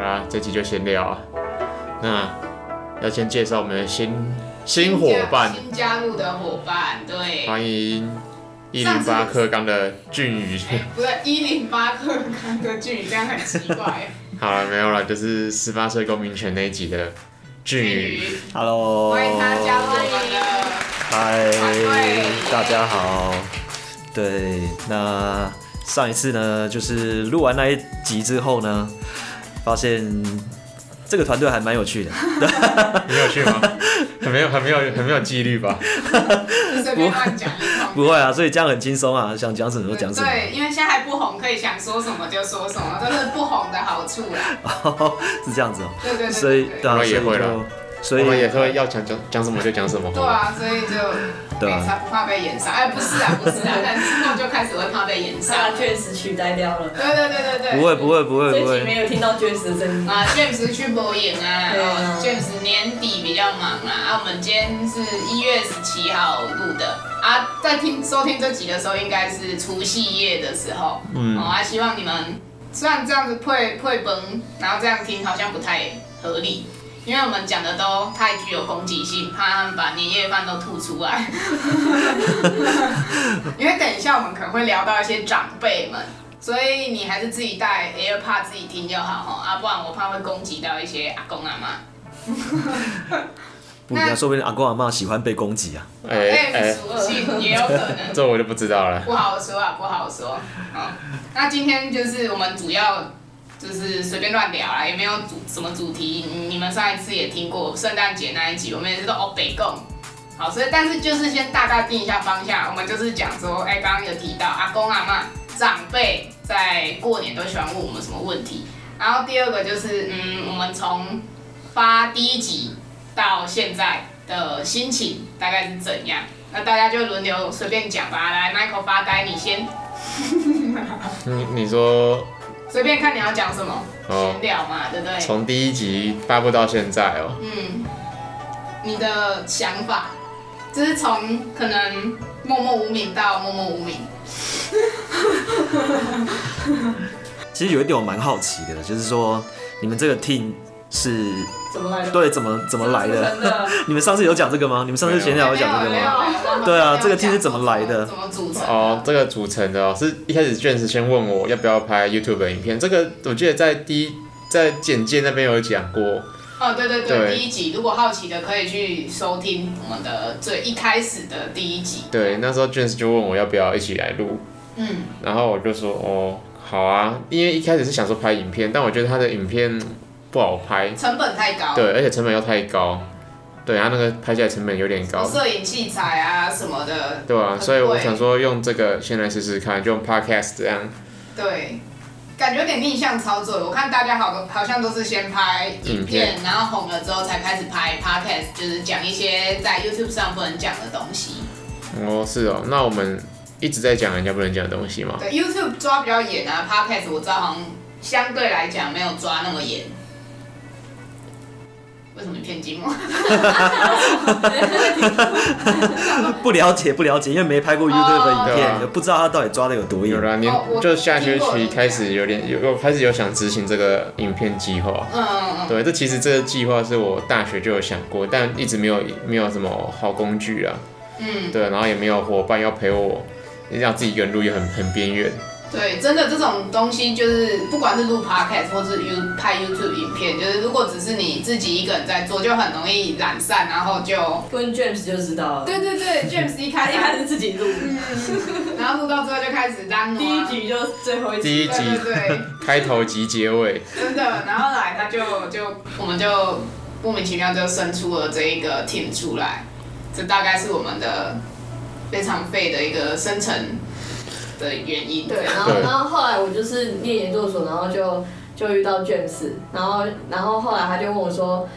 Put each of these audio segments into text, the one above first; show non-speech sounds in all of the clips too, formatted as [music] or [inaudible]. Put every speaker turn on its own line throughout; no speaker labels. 啦，这集就先聊啊。那要先介绍我们的新新伙伴，
新加入的伙伴，对，
欢迎一零八克刚的俊宇。
不对，一零八克刚的距离，这样很奇怪。
好了，没有了，就是十八岁公民权那一集的俊宇。
Hello，
欢迎他加入我们的。
嗨
嗨，
大家好。对，那上一次呢，就是录完那一集之后呢，发现这个团队还蛮有趣的。
你有去吗？ [laughs] 很没有，很没有，很没有纪律吧？
随便乱讲一通。
不会啊，所以这样很轻松啊，想讲什么就讲什么。
对，因为现在还不红，可以想说什么就说什么，这是不红的好处啦。
[laughs] 是这样子哦、
对对对对
所以
对
对啊，
我
所
们
以
也会啦
就所
我们也
以
会要讲讲讲什么就讲什么。
对啊，所以就
对啊
没差，不怕被延上。哎，不是啊，不是啊，但之后就开始会怕被延上
[laughs]
他。确实取代掉了。
对对对对对。
不会不会不会
这
不
集
会，
没有听到确实的声音。
啊，James 去博影啊
对啊
哦，James 年底比较忙啊，啊，我们今天是一月十七号录的啊，在听收听这集的时候，应该是除夕夜的时候，嗯，哦，啊，希望你们虽然这样子配配崩，然后这样听好像不太合理。因为我们讲的都太具有攻击性，怕他们把年夜饭都吐出来。 [laughs] 因为等一下我们可能会聊到一些长辈们，所以你还是自己带 AirPod 自己听就好哦，啊，不然我怕会攻击到一些阿公阿妈。
不一样，说不定阿公阿妈喜欢被攻击啊。
哎
哎、
哎，
属性也有可能，
这我就不知道了。
不好说啊，不好说。好，那今天就是我们主要就是随便乱聊啦，也没有主什么主题。嗯你你们上一次也听过圣诞节那一集，我们也是都哦北贡。好，所以但是就是先大概定一下方向，我们就是讲说，哎、刚刚有提到阿公阿嬷长辈在过年都喜欢问我们什么问题，然后第二个就是，嗯，我们从发第一集到现在的心情大概是怎样？那大家就轮流随便讲吧。来，Michael 发呆，你先，
你你说
随便看你要讲什么，
哦
闲聊嘛，对不对？
从第一集发布到现在哦，
嗯，你的想法，就是从可能默默无名到默默无名。
其实有一点我蛮好奇的，就是说你们这个 team 是
怎么来的？
对怎么怎么来的？
真的，
你们上次有讲这个吗？你们上次闲聊有讲这个
没有
吗？？
没有
对啊
没有
这个 team 是
讲
怎么来的
怎么组成的？
哦，这个组成的哦，是一开始卷子先问我要不要拍 YouTube 的影片，这个我记得在第一在简介那边有讲过，
哦，对对对，
对
第一集，如果好奇的可以去收听我们的最一开始的第一集。
对，那时候卷子就问我要不要一起来录，
嗯，
然后我就说哦，好啊，因为一开始是想说拍影片，但我觉得他的影片不好拍，
成本太高，
对，而且成本又太高，对，啊他那个拍起来成本有点
什么
高，
摄影器材啊什么的，
对啊，
很
所以我
贵
想说用这个先来试试看，就用 Podcast 这样，
对，感觉有点逆向操作。我看大家好好像都是先拍影
影
片
片，
然后红了之后才开始拍 podcast，就是讲一些在 YouTube 上不能讲的东西。
哦，是哦，那我们一直在讲人家不能讲的东西嘛，
对，YouTube 抓比较严啊，podcast 我知道好像相对来讲没有抓那么严。为什么你偏激我？
不了解不了解，因为没拍过 YouTube 的影
对
片，
啊
不知道他到底抓的有多
有
严。
啦，你
哦我
就下学
听过
期
人
开
家
始有点有有开始有想执行这个影片计划。
嗯嗯嗯，
对，这其实这个计划是我大学就有想过，但一直没有没有什么好工具啊。
嗯，
对，然后也没有伙伴要陪我，你想自己一个人录也很很边缘。
对，真的这种东西就是，不管是录 podcast 或是 You 拍 YouTube 影片，就是如果只是你自己一个人在做，就很容易懒散，然后就
问 James 就知道了。
对对对，James [laughs] 一
他
开
一
始
开始自己录，
然后录到最后就开始单挪、
第一，局就最后一
第一
集。
集
对对对，
开头及结尾，
真的。然后来他就就我们就莫名其妙就生出了这一个 team 出来，这大概是我们的非常废的一个生成的原因。
对，然后
对
然后后来我就是念研究所，然后就就遇到 James，然后然后后来他就问我说，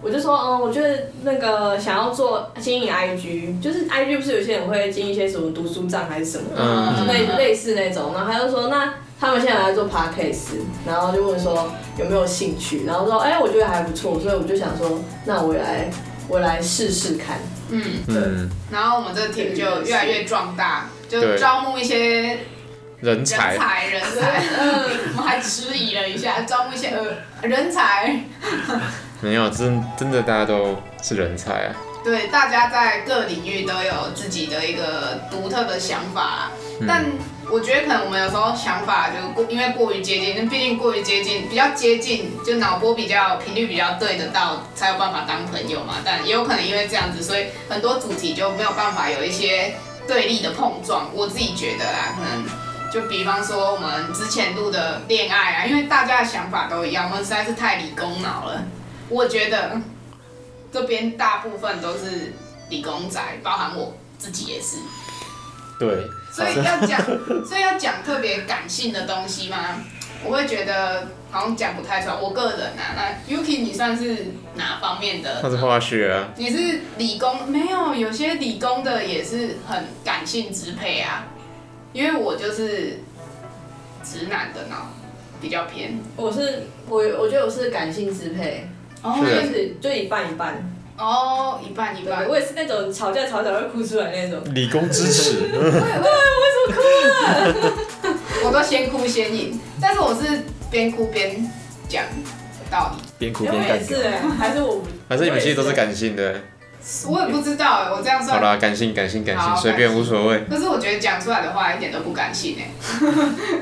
我就说，嗯，我觉得那个想要做经营 IG，就是 IG 不是有些人会经营一些什么读书账还是什么，
嗯，
类
嗯
类似那种，然后他就说那。他们现在来做 podcast，然后就问说有没有兴趣，然后说哎、我觉得还不错，所以我就想说，那我也来我来试试看。
嗯，
嗯，
然后我们这个 team 就越来越壮大，就
对
招募一些人
人才，
才人才，我们还迟疑了一下，招募一些呃人才。
没有，真真的大家都是人才啊。
对，大家在各领域都有自己的一个独特的想法啦。但我觉得可能我们有时候想法就过，因为过于接近，那毕竟过于接近，比较接近，就脑波比较频率比较对得到，才有办法当朋友嘛。但也有可能因为这样子，所以很多主题就没有办法有一些对立的碰撞。我自己觉得啦，可能就比方说我们之前录的恋爱啊，因为大家的想法都一样，我们实在是太理工脑了。我觉得这边大部分都是理工仔，包含我自己也是。
对，
所以要讲，所以要讲特别感性的东西吗？我会觉得好像讲不太出来。我个人啊，那 Yuki 你算是哪方面
他
的？
是化学啊。
你是理工？没有，有些理工的也是很感性支配啊。因为我就是直男的脑比较偏，
我是我，我觉得我是感性支配，
哦
是
就
对
是就一半一半。
哦，一半一
对
半，。
我也是那种吵架吵一吵会哭出来那种。
理工支持，
[laughs] 我都先哭先赢，但是我是边哭边讲道理。
边哭
哎
边
我也
干掉
是，哎，还是我不，
还是你们其实都
我
是
也
感性的？
我也不知道、我这
[laughs]
样
好
算
啦，感性感性感性，
好
随便
感性
无所谓。
可是我觉得讲出来的话一点都不感性哎、 [laughs]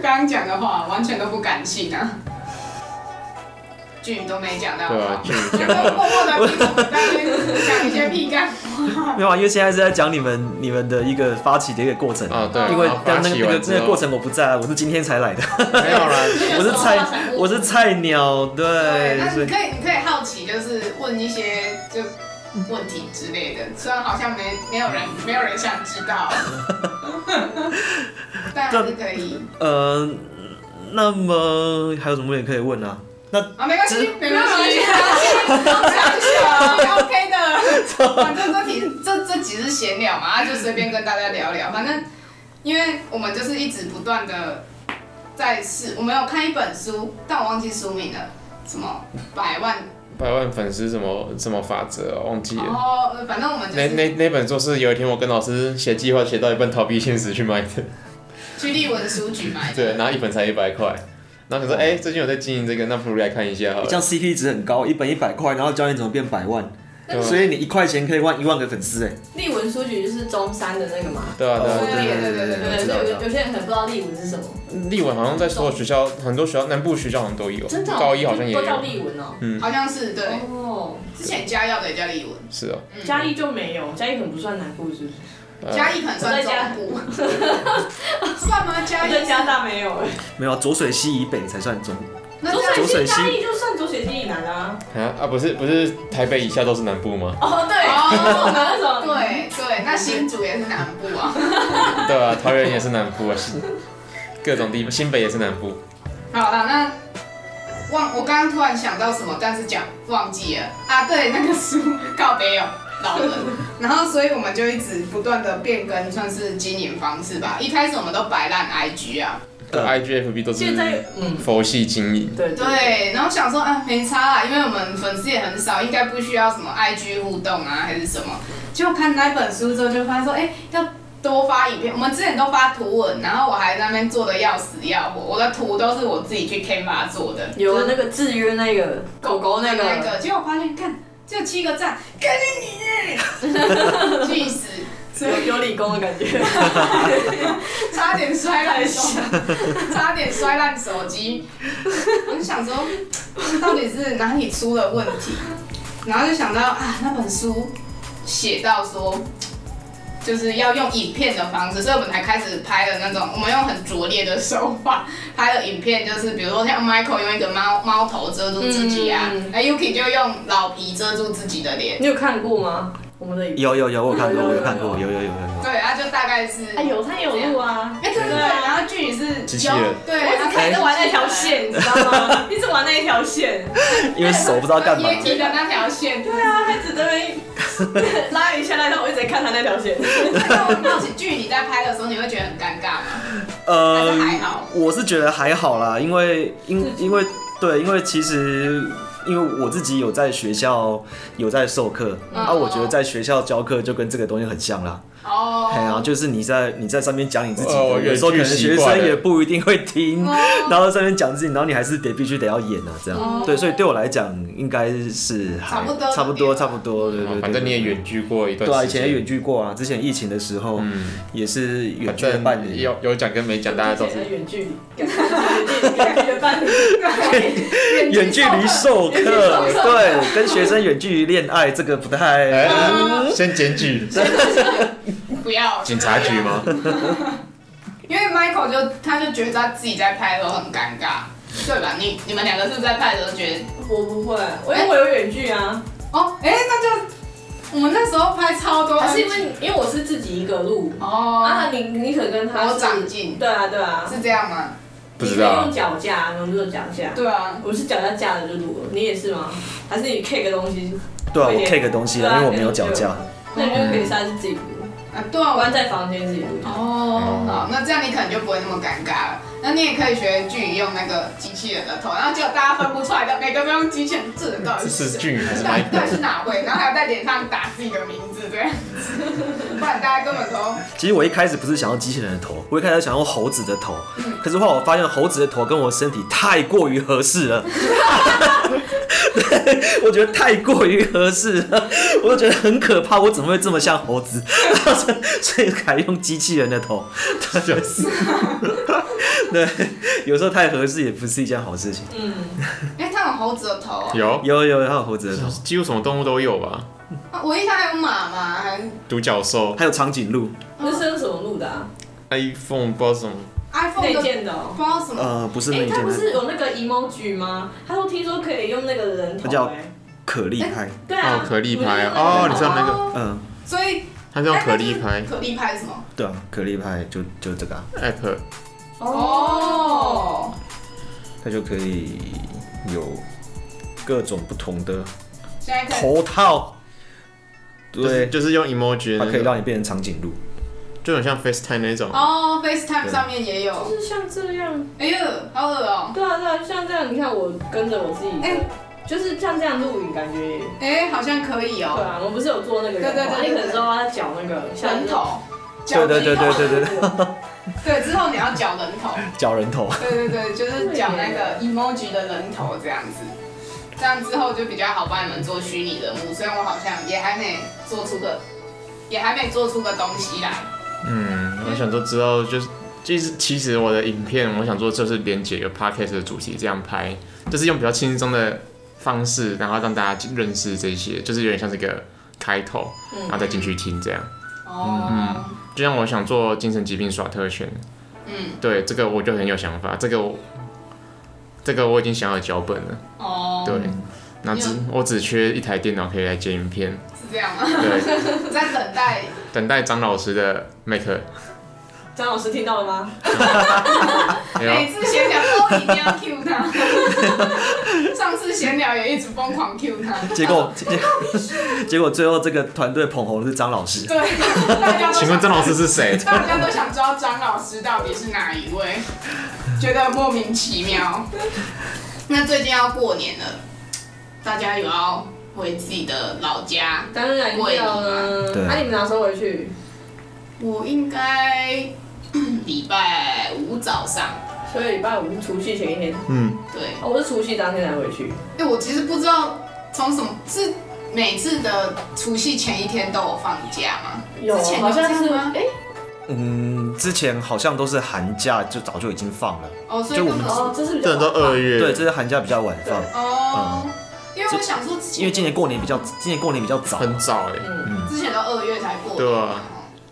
刚刚讲的话完全都不感性啊，句都没讲到，
对啊句
就默默的听我们在那边讲一些屁干话。
没有啊，因为现在是在讲你们你们的一个发起的一个过程。
哦，对，
因为
然后发
刚那个
起
那
完
个
之
那个
后
过程我不在啊，我是今天才来的，
[laughs] 没有啦，
我是菜我是菜鸟，
对，
对，
那
所
你
以
可以你可以好奇，就是问一些就问题之类的，虽然好像没没有人没有人想知道，但还是可以
呃，那么还有什么问题可以问啊？
啊，没关系
只，
没关系，讲起来 OK 的。反正这题这这集是闲聊嘛，啊就随便跟大家聊聊。反正因为我们就是一直不断的在试，我们有看一本书，但我忘记书名了，什么百万，
百万粉丝什么什么法则哦，忘记
然
了。
后反正我们就
那
是
那那本书是有一天我跟老师写计划写到一半逃避现实去买的， [laughs]
去立文书局买的。
对，然后一本才一百块，然后想说哎、最近有在经营这个，那不如来看一下好
这
了。
样 CP 值很高，一本一百块，然后教你怎么变百万，
对
所
啊
以你一块钱可以换一万个粉丝哎。
立文书局就是中山的那个嘛，
对啊对
哦
啊，
对对对
对，
我知
所
道我
以
知
有
道
有些人可能不知道立文是什么，
立文好像在所有学校，很多学校南部学校好像都有，
真的哦
高一好像也
都叫
有，
立文哦。
嗯
好像是对，
哦，
之前嘉耀的也叫立文，
是哦、
嘉义就没有，嘉义可能不算南部，是不是？
呃
嘉义可能算中部， [laughs] 算吗？嘉义
在加大没有哎，
没有啊，浊水溪以北才算中。
那
浊
这样
左水
水
溪
溪嘉义就算浊水溪以南啊。
啊啊不是不是台北以下都是南部吗？
哦，对，
哦
南什么？
对对，那新竹也是南部啊。
对啊，桃园也是南部啊，新各种地方，新北也是南部。
好了，那忘我刚刚突然想到什么，但是讲忘记了啊。对，那个书告别有老
[laughs]
人，然后所以我们就一直不断的变更，算是经营方式吧。一开始我们都摆烂 IG 啊，
对 IGFB 都
现在
是
嗯，
佛系经营，
对
对，然后想说啊没差啦，因为我们粉丝也很少，应该不需要什么 IG 互动啊还是什么。结果看那本书之后就发现说，哎、要多发影片。我们之前都发图文，然后我还在那边做的要死要活，我的图都是我自己去 Canva 做的，
有那个制约那个狗狗那
那
个，
个，结果发现看只有七个赞，干
[laughs]
你！气死，
有有理工的感觉。
差点摔烂手，差点摔烂手机。我就想说，到底是哪里出了问题？然后就想到啊，那本书写到说，就是要用影片的方式，所以我们才开始拍的那种，我们用很拙劣的手法拍了影片，就是比如说像 Michael 用一个猫猫头遮住自己啊
嗯，
那、Yuki 就用老皮遮住自己的脸。
[laughs] 你有看过吗？我们的影片
有有有，我有看过，我有看过，有有有有有。
对，他就大概是，
哎有，他也有录啊。
哎，对对对，然后剧里是
机器人
对，
我一直看着玩那条线，你知道吗？ [laughs] 一直玩那一条线。
因为手不知道干嘛。
耶基的那条线，对
对啊，他一直在
[laughs]
那边拉一下来，但我一直在看他那条线。 [laughs]
那我很好奇，剧你在拍的时候，你会觉得很尴尬吗？还
呃
是，还好？
我是觉得还好啦，因为因因为对，因为其实。因为我自己有在学校有在授课，
嗯
啊，我觉得在学校教课就跟这个东西很像啦。
哦，
哎呀、就是你在你在上面讲你自己
哦
的，有时候可能学生也不一定会听，然后在上面讲自己，然后你还是得必须得要演啊，这样。
哦
对，所以对我来讲应该是还
差不多
差不多，差不多，对对对。
反正你也远距过一段
对啊，以
时
前也
间，
远距过啊，之前疫情的时候
嗯，
也是远
反
距的伴
正
侣。
有有讲跟没讲，大家都是
之前的远距离，远距离远距
[laughs]
离伴侣， [laughs]
远距离授课，对，跟学生远距离恋爱这个不太，
哎，先检举
不要
警察局吗？
哦因为 Michael 就他就觉得他自己在拍的时候很尴尬，对吧？你你们两个是不是在拍的时候觉得
我不会，我因为我有远距啊，
哦，哎、那就我们那时候拍超多，
还是因为因为我是自己一个录
哎哦，
啊，你你可能跟他
我
是
长进
对啊对啊，
是这样吗？
不知道
你可以用脚架，我们就脚架。
对啊，
我是脚架架的就录了，你也是吗？还是你 K 个东西？
对啊，我
会
K 个东西啊，因为我没有脚架。，
那你就可以下次自己录，
啊对啊，
关
我
在房间自己录。
嗯
哦，好，那这样你可能就不会那么尴尬了。那你也可以学剧里用那个机器人的头，然后结果大家分不出来的，每个都用机器人智能到底
这
是
是
谁。
俊宇还是
到底到底
Michael？
是哪位？然后还要在脸上打自己的名字这样子，不然大家根本都
其实我一开始不是想要机器人的头，我一开始想用猴子的头，可是后来我发现猴子的头跟我身体太过于合适了。 [laughs] 对我觉得太过于合适了，我就觉得很可怕，我怎么会这么像猴子？ [laughs] 所以改用机器人的头，
笑死
对，有时候太合适也不是一件好事情。
嗯，
因哎为他有猴子的头啊、
有，
有有，还有猴子的头，
几乎什么动物都有吧？
啊我印象还有马嘛，还是
独角兽、
还有长颈鹿，
那是用什么录的啊？
iPhone 不知道什么，
iPhone
内
的不知
建的哦。
道什
嗯
么，
呃，不是
哎，
那一
他
件
不，是有那个 emoji 吗？他说听说可以用那个人头。
它叫
哎
可厉害，
对啊
哦，可丽
不是
牌
用
哦
人
你
头
知道那个
哦
嗯，
所以
它是用可丽
哎
牌哎
那可丽拍是什么？
对啊，可厉害就就这个、啊，
app，
哦，，
它就可以有各种不同的
现在
哦
可以
头套，
就是
对，
就是用 emoji，
它
那
可以
个
让你变成长颈鹿，
就很像 FaceTime 那种。
哦，FaceTime
对
上面也有，
就是像这样。
哎呦，好恶哦，
对啊对啊，就像这样，你看我跟着我自己，
哎
就是像这样录影，感觉也
哎，好像可以
对
哦，
啊，我们不是有做那个
对对对对
你可能知道他搅那个
人，头，
对对对对对对对，
像
[laughs] 对，之后你要绞人头，
脚人
[laughs]
头，
对对对，就是绞那个 emoji 的人头这样子。这样之后就比较好帮你们做虚拟人物，虽然我好像也还没做出个，也还没做出个东西来。
嗯，我想说之后就是，其实其实我的影片，我想说就是连接一个 podcast 的主题这样拍，就是用比较轻松的方式，然后让大家认识这些，就是有点像是一个开头，
嗯
然后再进去听这样。
哦，
就像我想做精神疾病耍特权，
嗯，
对这个我就很有想法，这个我这个我已经想好脚本了，
哦，
对。那只我只缺一台电脑可以来剪影片，
是这样吗？ [laughs]
对，
在等待
等待张老师的 make，
哎
张老师听到了吗？
哎
啊
呦
每次闲聊都一定要 Q 他，
[laughs]
上次闲聊也一直疯狂 Q 他，
结果结 [laughs] 结果最后这个团队捧红的是张老师，
对，大家都
请
想
问张老师是
[laughs]
谁？
大家都想知道张老师到底是哪一位，觉得莫名其 [laughs] 妙。那最近要过年了，大家有要回自己的老家？
当然要啊啦。
对
那你们哪时候回去？
我应该嗯礼拜五早上，
所以礼拜五是除夕前一天，
嗯，
对，
哦我是除夕当天才回去。
哎、我其实不知道从什么是每次的除夕前一天都有放假吗？之前
好
就
像
这
是
样吗？
哎，
嗯，之前好像都是寒假就早就已经放了，
哦，所以
就我
根
们
本
哦，这是比
这
较
都二月，
对，这是寒假比较晚放，
哦，因为我想说之前
嗯因为今年过年比较今年过年比较早，
很早哎、
之前都二月才过年嘛，
对啊
哦，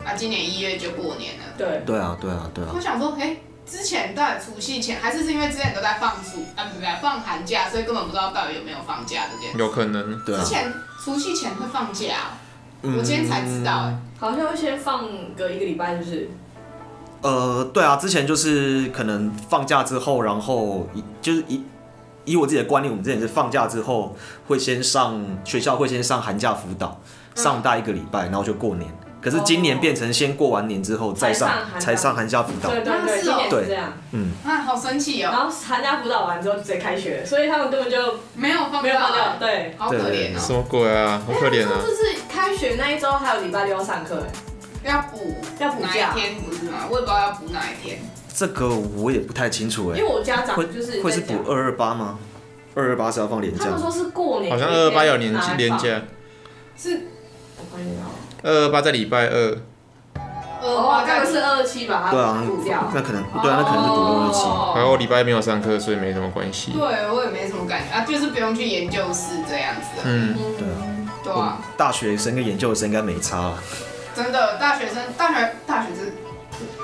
啊，今年一月就过年了。
对，
对啊对啊对啊
我，想说，哎、之前到底除夕前，还是是因为之前都在放暑啊，不对，放寒假，所以根本不知道到底有没有放假这件事。
有可能。
对啊
之，前除夕前会放假哦、
嗯
我今天才知道、哎，
好像会先放个一个礼拜，是不是？
呃，对啊，之前就是可能放假之后，然后以就是以以我自己的观念，我们之前是放假之
嗯
后会先上学校会先上寒假辅导，上大一个礼拜，然后就过年，可是今年变成先过完年之后再上才
哦才
上
上
寒假辅导，
对对
啊是
对，
哦
今年是这样。
啊，好生气
然
哦，
后寒假辅导完之后直接开学，所以他们根本就
没有放
没有放假。
假，
对，
好可怜
什
哦，
么鬼啊，好可怜
他们
啊！
说就是开学那一周还有礼拜六要上课，哎，
要补
要补
哪
假
一天不是吗？我也不知道要补哪一天，
这个我也不太清楚哎、
因为我家长
会
就是
会
在
是
讲
补二二八吗？二二八是要放年
他
假吗，
们说是过年
好
那
像
天
二二八有年
拿来放
年，假，
是
我看一下哦
二二八在礼拜二，
哦，
呃，
那个是二七把
对啊
它补掉，。哦
那可能对啊，那可能是补二二七。
然后我礼拜一没有上课，所以没什么关系
哦对。，我也没什么感觉啊，就是不用去研究室这样子啊，
嗯，
嗯
对啊，
对啊，
大学生跟研究生应该没差了。
真的，大学生，大学大学生，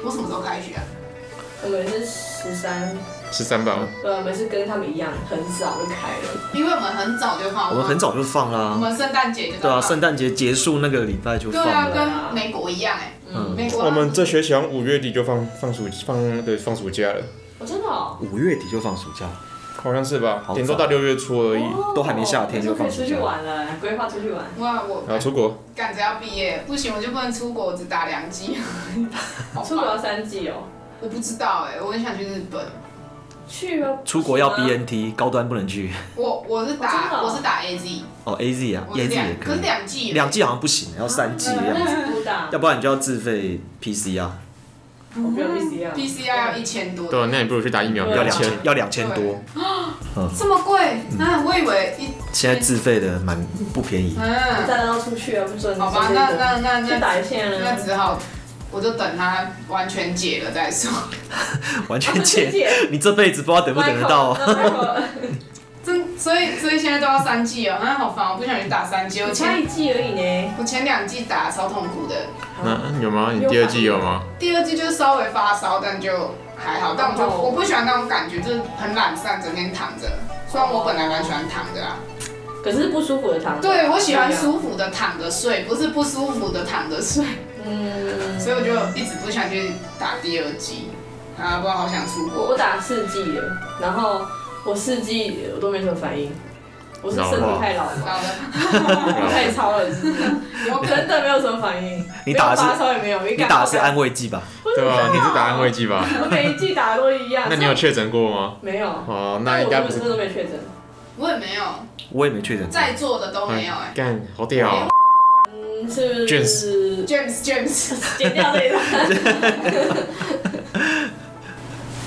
我什么时候开学啊？
我们是十三，
十三吧，
呃，我们是跟他们一样，很早就开了。
因为我们很早就放，
我们很，早就放
我
啦，
们圣诞节就在
对啊，
放
圣诞节结束那个礼拜就
对
放
啊，
了。
跟美国一样哎，
嗯
美国
我们这学期好像五月底就放放暑放对放暑假了，
我真的哦，
五月底就放暑假，
好像是吧
好？早
顶多到六月初而已，
哦
都还没夏天就
可
放
以出去玩了，规划出去玩。
哇，我
然后出国，
赶着要毕业，不行我就不能出国，我只打两季。好吧
出国要三季哦，
[laughs] 我不知道哎、我很想去日本。
去哦。
出国要
吗
BNT，高端不能去。
我我是
哦真的
打
哦
我是打 AZ，
哦，AZ 啊
我是
，AZ
两
也
可
可
是
以，
两啊季
两季好像不行，要三季的样子，
那去孤岛
要，不然你就要自费 PC 啊，
我没有 PCR。
PCR 要一千多，
对啊，那你不如去打疫苗比
对
较
要两
快
千，要两千多
对。这么贵？
嗯
啊，我以为一
现在自费的蛮不便宜，
嗯，
再让他出去啊，不准。
好吧，那那那
去
那
打一下
那
呢。
只好。我就等它完全解了再说，
完全
[laughs]
解。你这辈子不知道等不等得到哦。
哦。
真所以所以现在都要三季哦，啊好烦，我不想去打三季，我
我差
前
一季而已呢。嗯
我前两季打超痛苦的，
那有吗？你第二季有吗？
第二季就稍微发烧，但就还好。但我就
哦
我不喜欢那种感觉，就是很懒散，整天躺着。虽然我本来蛮喜欢躺着啊，
可是不舒服的糖。
对我喜欢。
啊
舒服的躺着睡，不是不舒服的躺着睡。[laughs]
嗯。
所以我就一直不想去打第二季啊，不然好想出
我
国。
打四季了，然后我四季我都没什么反应，我是身体太老了，
好的，
太糙了，是不是
有可
真的没有什么反应。
你打的是
没有发烧也没有，你
你打的是安慰剂吧？
对啊，你是打安慰剂吧？
我每一季打的都一样。
[laughs] 那你有确诊过
[laughs]
吗？
没有？
哦，那
但
应
我
该
真
不
的
是
真。的没确诊。
我也没有，
我也没确诊。
在座的都没有哎、
干，好屌哦！
嗯，是。
卷
James James
剪掉这一段。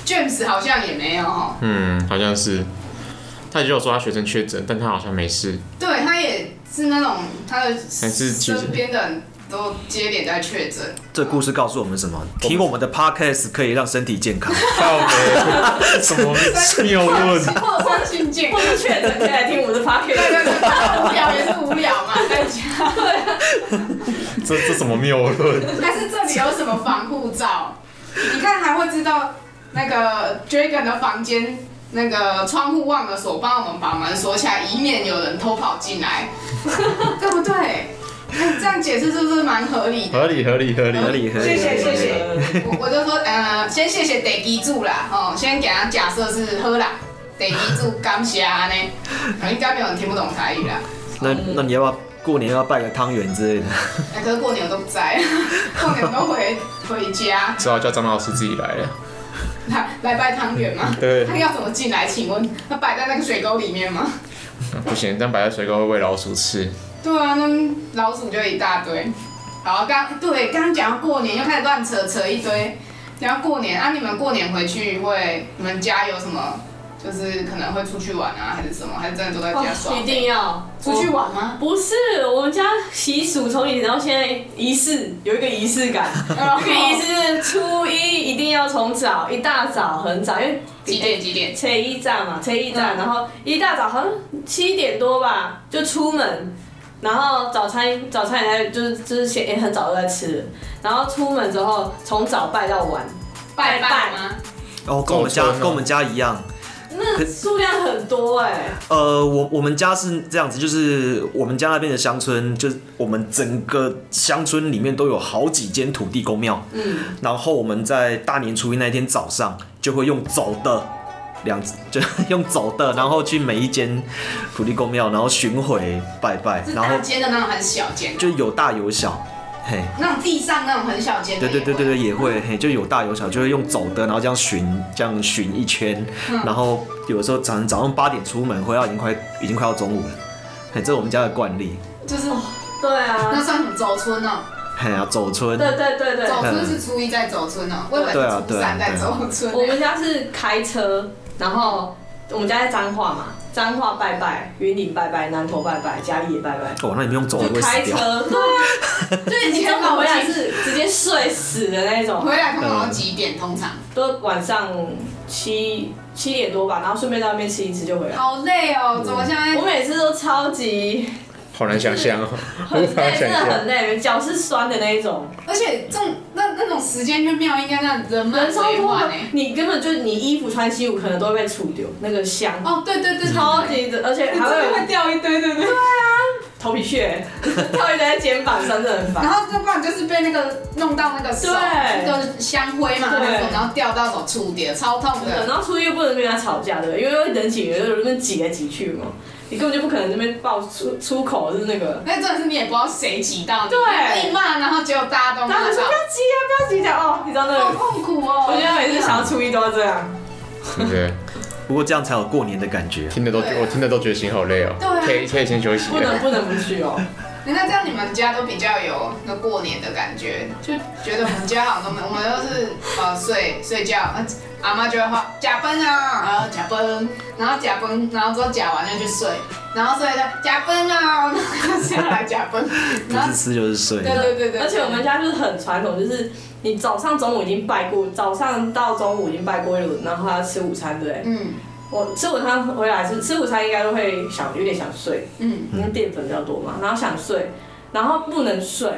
James 好像也没有哦，
嗯，好像是。他也有说他学生确诊，但他好像没 [laughs] 事。
对他也是那种他的
是其实
身边的人都接连在确诊，
这故事告诉我们什么？听我们的 podcast 可以让身体健康。
靠北什么谬 [laughs] 论？
扩散性健
或是确诊，可以来听我们的 p o c
对
a s
对对，无聊也是无聊嘛，在家。
这这什么谬论？
但是这里有什么防护罩？你看还会知道那个 Dragon 的房间那个窗户忘了锁，帮我们把门锁起来，以免有人偷跑进来，对不对？这样解释是不是蛮合理的？
合理合理合理
合理合理。
谢谢谢谢
谢。 [laughs]
我我就说，呃，先谢谢得记住啦，哦，先给他假设是喝啦，得记住感谢安呢，应该没有人听不懂台语啦。
那那你要不要过年要不要拜个汤圆之类的？
哎、可是过年我都不在，过年我都回回家 [laughs]
只好叫张老师自己来了。
来来拜汤圆嘛。
对
他要怎么进来？请问他摆在那个水沟里面吗？
嗯不行，这样摆在水沟会喂老鼠吃。
对啊，那老鼠就一大堆。好，刚对刚刚讲到过年，又开始乱扯扯一堆。讲到过年啊，你们过年回去会，你们家有什么？就是可能会出去玩啊，还是什么？还是真的都在家耍？
哦一定要
出去。玩吗？
不是，我们家习俗从以前到现在，仪式有一个仪式感，
啊
有一个仪式是初一一定要从早一大早很早，因为
几点？几点？
初一站嘛，初一
嗯
站，然后一大早好像七点多吧就出门，然后早餐早餐也在就是就是先也很早就在吃了，然后出门之后从早拜到晚，
拜拜
拜
吗？
哦，跟我们家
早餐啊
跟我们家一样。
那数量很多哎、
呃，我我们家是这样子，就是我们家那边的乡村，就是我们整个乡村里面都有好几间土地公庙。
嗯，
然后我们在大年初一那天早上就会用走的两 [laughs] 就用走的，然后去每一间土地公庙，然后巡回拜拜，
是
然后
大间的那种，很小间的。
就有大有小，嘿，
那种地上那种很小间的
对
也
对
会，
对对对，也会，嘿，就有大有小，就会用走的，然后这样巡，这样巡一圈，
嗯
然后有的时候早上早上八点出门，回到已经快已经快要中午了，嘿，这是我们家的惯例，
就是
对
那
啊，
算什么走村哦？
嘿啊，走村，
对对对对，
走村是初一在走村哦，我以为是
对啊
初三在
对啊对啊
走村。欸
我们家是开车，然后我们家在彰化嘛，彰化拜拜，云林拜拜，南投拜拜，嘉义也拜拜。
哦，那你们用走的
就
会
开
死掉， [laughs]
车，对啊，就是你中午回来是直接睡死的那种，
回来通常都几点？通常
都晚上七七点多吧，然后顺便在外面吃一吃
嗯
就回来。
好累哦，怎么现在
我每次都超
[laughs]
级
好难想象 [laughs] 哦，
很
无
累，
法想
真的
象 [laughs]
很。累，脚是酸的那一种，
而且这种那那种时间去庙，应该让人满
人超
为
多
患
的
哎。，
你根本就你衣服穿西服可能都会被杵丢，那个香，
哦，对对对，
超级的，而且嗯还会有
会掉一堆，对不对？
头皮屑， [laughs] 跳一堆在肩膀上，真的很
然
烦。
后要不然就是被那个弄到那个手，
对
那个香灰嘛，
对
那种，然后掉到手触底，超痛
真的
的。
然后出去又不能跟人家吵架，对不对？因为会人挤人，有人挤来挤去嘛，你根本就不可能这边爆出出口是那个。
那真的是你也不知道谁挤到你，
对
一骂，然后结果大家都
大
骂
家就说不
到，
要挤啊，不要挤讲哦，你知道那
好
个？
痛苦哦。
我觉得每次想要初一都要这样。
对不对？
不过这样才有过年的感觉，
嗯
听得都我听得都觉得心好累哦。
对啊
可以可以先休息
不能
了。
不能不去哦，
哎那这样你们家都比较有那过年的感觉，就觉得我们家好像都没有，我们都是呃睡睡觉，啊阿妈就会话假崩啊，然后假崩，然后假崩，然后之后假完就去睡，然后睡到假崩啊，然后下来假崩，
不
然
[laughs]
后
是吃就是睡，
对对对对，
而且我们家就是很传统，就是你早上、中午已经拜过，早上到中午已经拜过一轮，然后还要吃午餐，对不对？
嗯
我吃午餐回来是吃午餐，应该都会想有点想睡，
嗯，
因为淀粉比较多嘛，然后想睡，然后不能睡，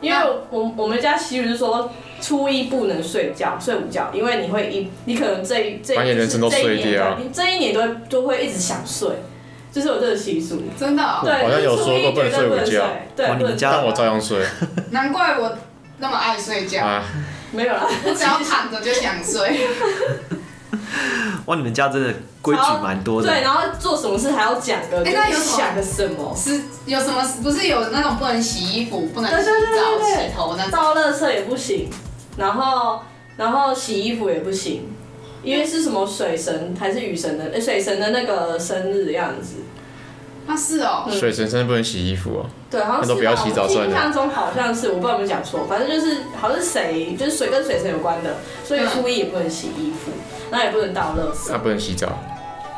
因为我我们家习俗是说初一不能睡觉，睡午觉，因为你会一你可能这一这一
把你人生都
这一
睡
年
掉
的你这一年都会都会一直想睡，就是有这个习俗。
真的哦、
对，
好像有说过
就是初一绝对
不能
不能
睡午觉
对，
哦哇你
不
们
能
家
但我照样睡
难怪我那么爱睡觉，
啊！
没有啦，
我只要躺着就想睡，
哇，你们家真的规矩蛮多
对，
的，
然后做什么事还要讲个，
哎那有
就是
什么
想个什么，
是有什么不是有那种不能洗衣服、不能
对
洗
对对
澡、
对对
洗头那种，
呃倒垃圾也不行，然后然后洗衣服也不行，因为是什么水神还是雨神的，呃水神的那个生日的样子。
啊是哦、
嗯
水神甚至不能洗衣服哦。
对，好像
那
是
都不要洗澡算了
印象中好像是，我不知道有没有讲错，反正就是好像是谁，就是水跟水神有关的，所以初一也不能洗衣服，然后也不能倒垃圾
那不能洗澡，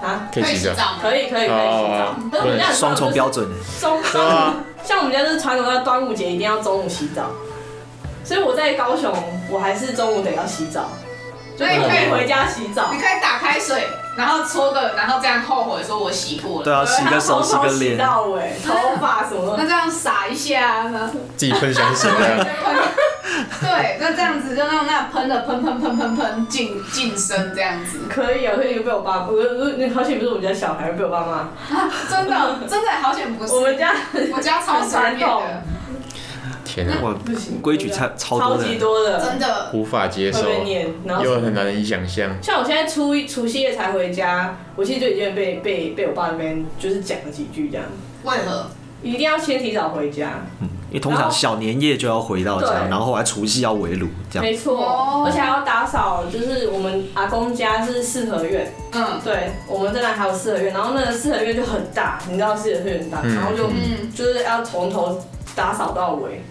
啊。
可以洗澡。
澡吗？
可以可以可以洗澡
哦，
可是我们家有
双重标准，欸
中
对啊，
像我们家就是传统，到端午节一定要中午洗澡，所以我在高雄，我还是中午得要洗澡，
所以
我
可
可
以
以
回，
回家洗澡
你。可以打开水，然后搓个，然后这样后悔说我洗过了。
对啊，洗个手洗个
洗 [laughs]
脸，
到尾，头发什么
那
的。
这样撒一下啊呢？
自己喷香水 [laughs] 啊，
对，那这样子就让那喷的喷喷喷喷喷净净身这样子
可以啊，可以被我爸，我我好险不是我们家小孩，被我爸妈。
啊！真的真的好险不是，
我们家 [laughs]
我家超随便的，
天啊，
哇，
不行，
规矩超超
超
多的
级，多的，
真的
无法接
会
受，
被念，然后。
又很难以想象。
像我现在初一除夕夜才回家，我其实就已经被被被我爸那边就是讲了几句这样，
为何？
一定要先提早回家，
因为通常小年夜就要回到家，
对
然后后来除夕要围炉这样。
没错，
哦
而且还要打扫，就是我们阿公家是四合院，
嗯
对，我们这边还有四合院，然后那个四合院就很大，你知道四合院很大，
嗯
然后就
嗯，
就是要从头打扫到尾。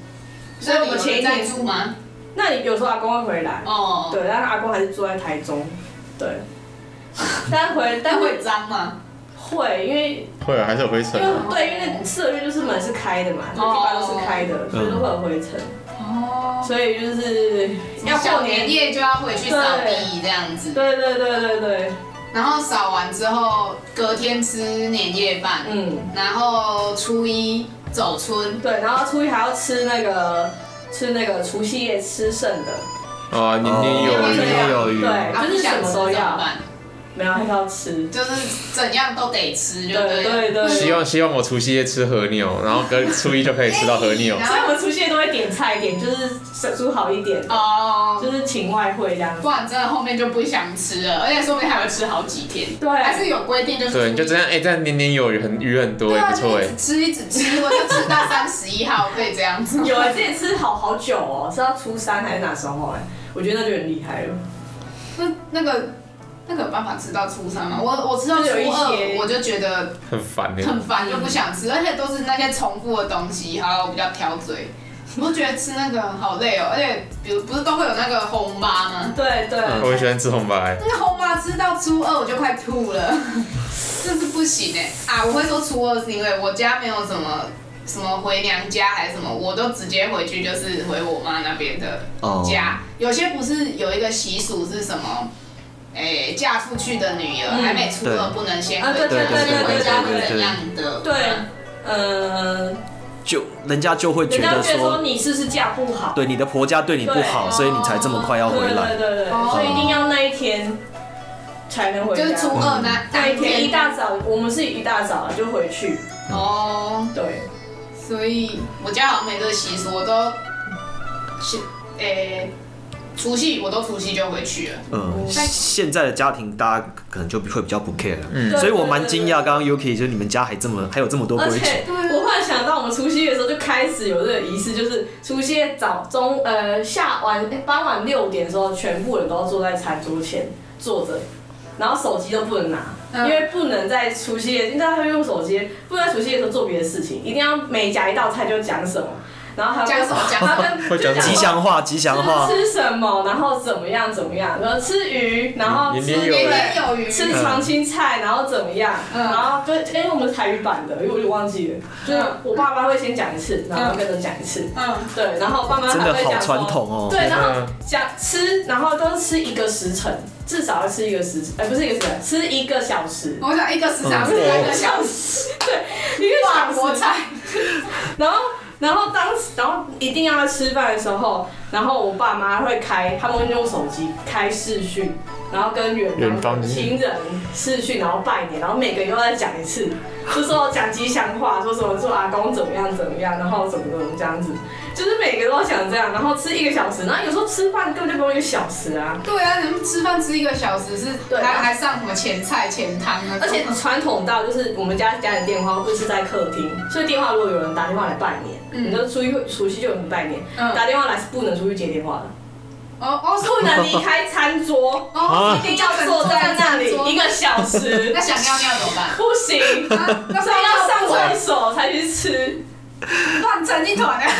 所以我们前一天住吗？
那你有时候阿公会回来，
哦，
对，但是阿公还是住在台中，
[laughs]
对，但回但
但会
会
脏吗？
会，因为
会啊，还是有灰尘
因为
啊。
哦
对，因为那四合院就是门是开的嘛，就一般都是开的，所以都会有灰尘，
哦，
所以就是要
嗯小
过
年
年。
夜就要回去扫地这样子。
对对对对对，
然后扫完之后，隔天吃年夜饭，
嗯。
然后初一走村，
对，然后初一还要吃那个吃那个除夕夜吃剩的，
啊，年年有
哦
余，
年年
有余。
对
啊
就是
不想吃
什么都要
怎么办？
没有，还是要吃。
就是怎样都得吃，就了。
对对对，所
希
以
望希望我除夕夜吃和牛，然后跟初一就可以吃到和牛。
我们除夕夜都会点菜点，就是手术好一点，
哦，
就是请外汇这样。
不然真的后面就不想吃了，而且说不定还会吃好几天。
对
还是有规定，就是
对，你就这样，哎、这样年年有余，很余很多，
对
哎，
啊，
不
就
错，
一
哎
直。吃一直吃，我就吃到三十一号，可以这样子。
有啊，之前吃好好久哦，吃到初三还是哪时候哎、我觉得那就很厉害了。
那那个那个有办法吃到初三吗？我我吃到初
就有一
二
些
我就觉得
很烦哎。
很烦，就不想吃，而且都是那些重复的东西，还有我比较挑嘴。我觉得吃那个好累哦，而且比如不是都会有那个红妈吗？
对对，
嗯
我很喜欢吃红白，哎
那个红妈吃到初二我就快吐了，真是不行哎、啊！我会说初二是因为我家没有什么什么回娘家还是什么，我都直接回去就是回我妈那边的
哦，
家，有些不是有一个习俗是什么？哎、嫁出去的女儿、
嗯
还没出二，
对
不能先
啊
回
对
对对
先
对
回家
对对
会
对
怎样的？
对，呃，
就人家就会觉
人家
得
觉得说
说，
你是不是嫁不好？
对你的婆家对你不好，
对
所以你才这么快要回来。
对对对对，
哦
所以一定要那一天才能回
就
家。
是初二那那
那
一
一天一
天
大早，我们是一大早就回去。
哦，
对，
所以我家好像没这个习俗，我都是哎、除夕我都除夕就回去了，
嗯，现在的家庭大家可能就会比较不 care 了。
嗯
对
所以我蛮惊讶，刚刚 Yuki 就是你们家还这么还有这么多
而
规矩
且
啊
我忽然想到，我们除夕夜的时候就开始有这个仪式，就是除夕夜早中呃下晚诶傍晚六点的时候，全部人都要坐在餐桌前坐着，然后手机都不能拿。
嗯
因为不能在除夕夜，因为大家会用手机，不能在除夕夜的时候做别的事情，一定要每夹一道菜就讲什么，然后还有
讲什么讲
然后
[laughs]
跟
会讲什么
吉祥话，吉祥话，
吃吃什么，然后怎么样怎么样，然后吃鱼，然后
年年
吃
有
年
余
年有余。
吃
嗯
常青菜，然后怎么样，
嗯
然后跟哎、我们是台语版的，因为我就忘记了，就是我爸妈会先讲一次，然后跟着讲一次，
嗯，
对，然后爸妈
真
还
的
会
好
讲
传
说
统哦。
对，然后
嗯
讲吃，然后都吃一个时辰，至少要吃一个时辰，哎、不是一个时辰，吃一个小时。
我想一个时长是
嗯
哦三个小时，
[laughs] 一个
法
小
国
时，
菜，
然后然后当时然后一定要吃饭的时候，然后我爸妈会开，他们会用手机开视讯，然后跟远
远方
方
的
的亲人视讯，然后拜年，然后每个人都在讲一次，就说讲吉祥话，说什么说阿公怎么样怎么样，然后怎么怎么这样子，就是每个都想这样，然后吃一个小时，然后有时候吃饭根本就不用一个小时啊。
对啊，你们吃饭吃一个小时是，
对啊
还还上什么前菜前汤那种
而且传统到就是我们家家里电话会是在客厅，所以电话如果有人打电话来拜年，
嗯
你就出去除夕就有人拜年，
嗯
打电话来是不能出去接电话的，
哦哦是，
不能离开餐桌
[laughs] 哦，一定要
坐在那里
一
啊一个小
[laughs]
时
那，想尿尿怎么
[laughs]
办？啊
不
[laughs]
行，
那
所以要上厕所才
[laughs]
去吃，
乱成一团啊！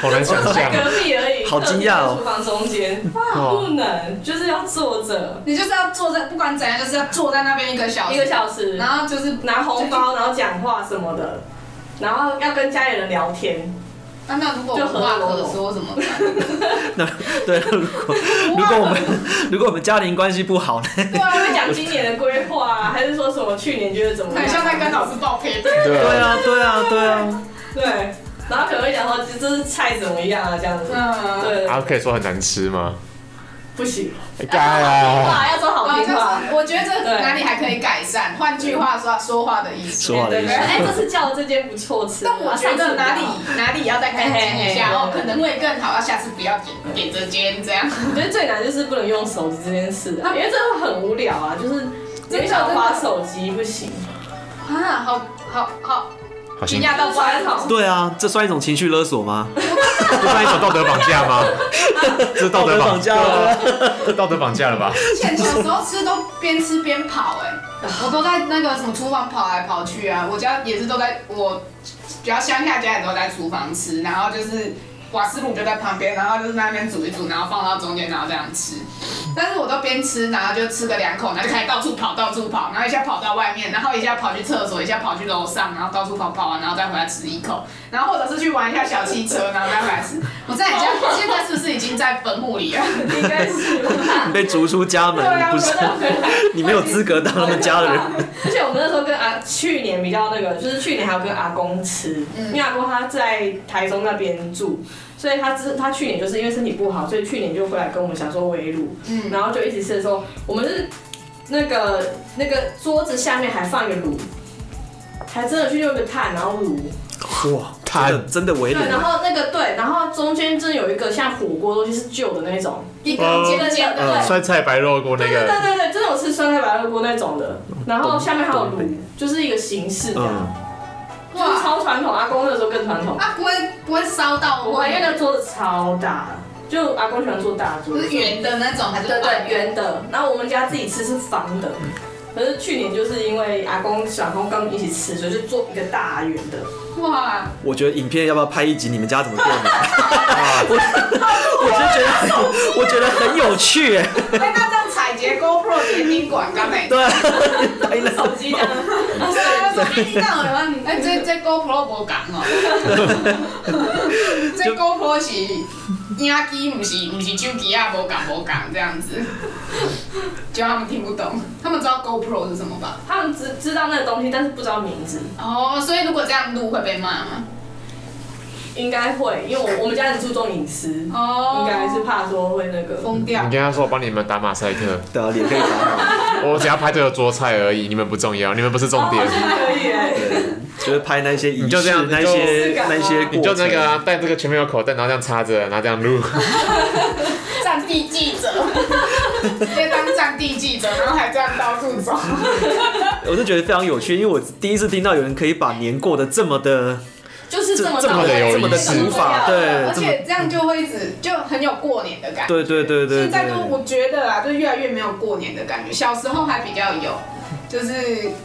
好难想
就在
象哦。
隔壁而已，
好惊讶哦
厨房中间，不
哦
能，就是要坐着
你就是要坐在，不管怎样，就是要坐在那边一个小时，
一个小时，
然后就是
拿红包，然后讲话什么的，然后要跟家里人聊天，
那那如果我无话可说怎么办？ [laughs]
那对，如果如果我们 [laughs] 如果我们家庭关系不好呢？
对啊，会讲今年的规划啊，还是说什么去年觉得怎么样？
很像在跟老师报备。
对
对
啊，
啊，对啊，对啊。
对，然后可能会讲说这这是菜怎么样啊这样子。
嗯，
对，
啊，可以说很难吃吗？哎
不行，
干啊！
哇，要说好
啊，就
听话。
是我觉得这哪里还可以改善？换句话说，说话的艺术
说。话的意
对哎，这
思。
次叫的这间不错啊吃，
但我觉得哪里
啊
哪里要再改进一下
嘿嘿嘿
哦，可能会更好，要下次不要点点这间这样。
我觉得最难就是不能用手机这件事啊，因为这会很无聊啊，就是你想滑手机不行，
啊，好好好，
好
惊
像
讶到关头。
对啊，这算一种情绪勒索吗？
啊
这算一种道德绑架吗？这是道德绑
架
啊
了。
这道德绑架了吧？
之前小时候吃都边吃边跑、哎，我都在那个什么厨房跑来跑去啊。我家也是都在我比较乡下家也都在厨房吃，然后就是瓦斯炉就在旁边，然后就是在那边煮一煮，然后放到中间，然后这样吃。但是我都边吃，然后就吃个两口，然后就开始到处跑，到处跑，然后一下跑到外面，然后一下跑去厕所，一下跑去楼上，然后到处跑跑完，然后再回来吃一口，然后或者是去玩一下小汽车，然后再回来吃。我在你家现在是不是已经在坟墓里了？
应该是 [laughs] 吧。
你被逐出家门，
对啊，
你
我
不是
们那回来。
你没有资格当他们家的人。
而且我们那时候跟阿去年比较那个，就是去年还有跟阿公吃，因为阿公他在台中那边住，所以他之他去年就是因为身体不好，所以去年就回来跟我们想说围炉，
嗯
然后就一起吃的时候，我们是那个那个桌子下面还放一个炉，还真的去用一个炭，然后炉。
哇，
他
真的真的围炉
对，，然后那个对，然后中间真的有一个像火锅东西是旧的那种，
一根尖尖
对
的，
酸菜白肉锅那
对对
个，
对对，真的有吃酸菜白肉锅那种的，然后下面还有
东
炉
北，
就是一个形式这样，
嗯，
就是
哇，
超传统。阿公那时候更传统，
啊它不会不会烧到
不
我，
会，因
因
为
为
那个桌子超大，就阿公喜欢做大桌
不
子，
是圆的那种，还是
对
半
对，圆的。然后我们家自己吃是方的，可是去年就是因为阿公、小公跟我们一起吃，所以就做一个大圆的。
[laughs] 哇，
我觉得影片要不要拍一集你们家怎么过年？ [laughs] 我我就觉得我觉得很有趣哎，
哎，那这样采撷 GoPro 结冰管干 [laughs] 嘞？
对，
手机这样，
对啊，说哎，你那有啊？哎，这这 GoPro 无共 [laughs] 哦。这 GoPro 是影机，不是不是手机啊，无共无共这样子。就他们听不懂，他们知道 GoPro 是什么吧？
他们只知道那个东西，但是不知道名字，
哦，所以如果这样录会被骂吗？
应该会，因为我我们家很注重隐私，
哦
应该是怕说会那个。
疯掉
你跟。他说我帮你们打马赛克，
对啊，脸可以打好，
我只要拍这个桌菜而已，你们不重要，你们不是
哦
重点。
[laughs] 可以哎，
对，就是拍那些仪
你就这
式
样，
那
你
些
就
那些
你
过
就
程，
那个啊，带这个前面有口袋，然后这样插着，然后这样录。
战地记者，直接当战地记者，然后还这样到处走。
我就觉得非常有趣，因为我第一次听到有人可以把年过得这么的，
就是这么
这
大
么的有
这么的
仪式
古法，
而
对，这么
且这样就会一直就很有过年的感觉。
对对对对
现在就
对，
我觉得啊，就越来越没有过年的感觉。小时候还比较有，就是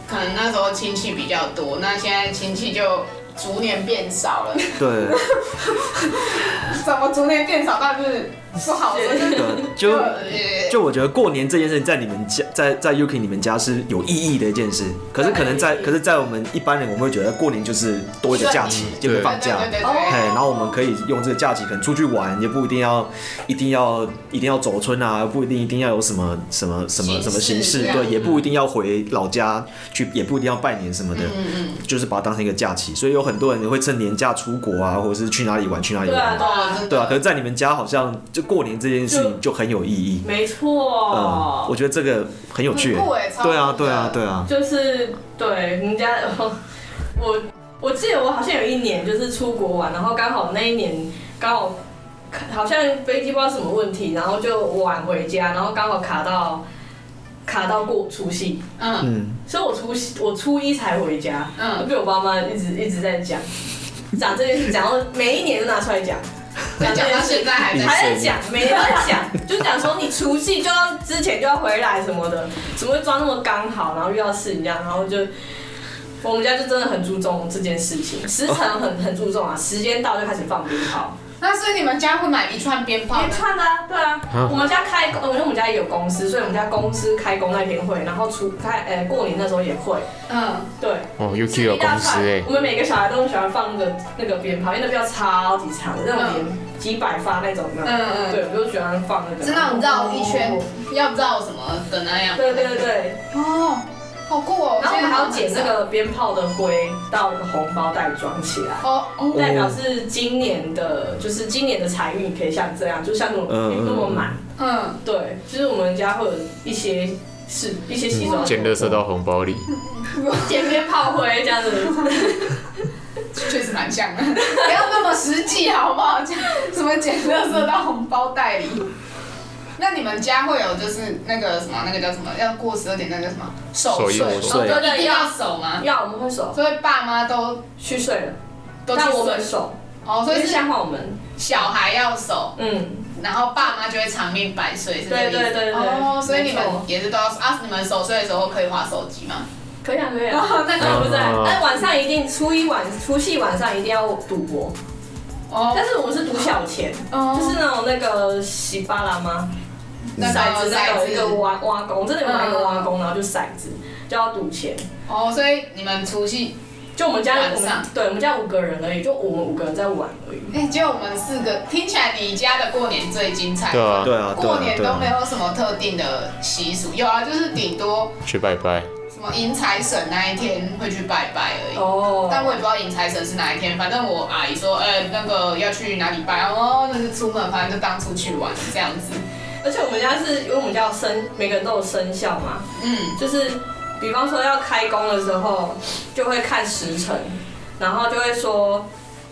可能那时候亲戚比较多，那现在亲戚就逐年变少
[laughs]
了。
对
怎么逐年变少？但是不好说，就是
[laughs] 对，就
呃
就我觉得过年这件事情在你们家，在在 UK 你们家是有意义的一件事，可是可能在可是在我们一般人，我们会觉得过年就是多一个假期，就
对
是放假。
对对对
哦
对
嘿，然后我们可以用这个假期，可能出去玩，也不一定要，一定要，一定要走村啊，不一定一定要有什么什么什么什么
形
形式，
式
对，
嗯嗯
也不一定要回老家去，也不一定要拜年什么的，就是把它当成一个假期。所以有很多人也会趁年假出国啊，或者是去哪里玩去哪里
对啊
玩，
对啊，
对
对啊。可是，在你们家好像就过年这件事情就很有意义。
没
嗯，我
错，
觉得这个很有趣。
哦很酷欸超酷的
对啊，对啊，对啊。
就是对人家 [laughs] 我我记得我好像有一年就是出国玩，然后刚好那一年刚好好像飞机不知道什么问题，然后就晚回家，然后刚好卡到卡到过除夕，
嗯
嗯，
所以我初我初一才回家，呃
嗯，
被我爸妈一直一直在讲，讲这件事，讲到每一年都拿出来讲，
再讲到现在还
[laughs]
嗯
在。
还在讲，每年都在讲，就讲说你除夕就要之前就要回来什么的，怎么会抓那么刚好，然后遇到事情这样，然后就。我们家就真的很注重这件事情，时辰很很注重啊，时间到就开始放鞭炮，
那所以你们家会买一串鞭炮
连
呢？
串的啊，对啊
啊。
我们家开工，因为我们家也有公司，所以我们家公司开工那天会，然后除开呃过年那时候也会，
嗯，
对，
哦
是
，UQ
一
有
大
公司
串
哎，
我们每个小孩都很喜欢放那个那个鞭炮，因为那鞭炮超级长的，那种连几百发那种的。
嗯嗯
对，我就喜欢放那个。
是那种绕一圈，要绕什么的那样。
对对对，
哦，好酷哦！
然后我们还要捡
这
那。个鞭炮的灰到那个红包袋装起来。
哦哦，
代表是今年的，就是今年的财运可以像这样，就像那么
嗯嗯
那么满。
嗯，
对，就是我们家会有一些是一些习俗，
捡垃圾到红包里，
捡鞭炮灰这样子。
确实蛮像的，不要那么实际好不好？讲什么捡垃圾到红包袋里。那你们家会有就是那个什么，那个叫什么？要过十二点那个叫什么守
守
岁？
夜守
岁
哦对一定要守吗？
要我们会守，
所以爸妈都
虚岁了，
都去
但我们
守
守，
哦，所
所
以
以
是
像我们，
小孩要守，
嗯。
然后爸妈就会长命百岁，是这个意思
对对对对
哦，所以你们
没错
也是都要啊？你们守岁的时候可以划手机吗？
可以啊，可以啊。
哦，那
对不对？
哦
但晚上一定初一晚除夕晚上一定要赌博，
哦，
但是我们是赌小钱，
哦
就是那种那个洗巴拉吗？
那个
骰子那
哦骰
个
子
一个挖挖工，真的有拿一个挖工，然后就骰子就要赌钱。
哦，所以你们除夕，
就我们家
晚
我们
上
对我们家五个人而已，就我们五个人在玩而已。
哎，就我们四个，听起来你家的过年最精彩。
对啊，
对啊，对
过
啊，
年
对
都
啊
没。有什么特定的习俗，有啊，就是顶多
去拜拜。
什么迎财神那一天会去拜拜而已。
哦
但我也不知道迎财神是哪一天，反正我阿姨说，呃、那个要去哪里拜，哦，那是出门，反正就当出去玩这样子。
而且我们家是因为我们家有生，每个人都有生肖嘛，
嗯，
就是比方说要开工的时候，就会看时辰，然后就会说，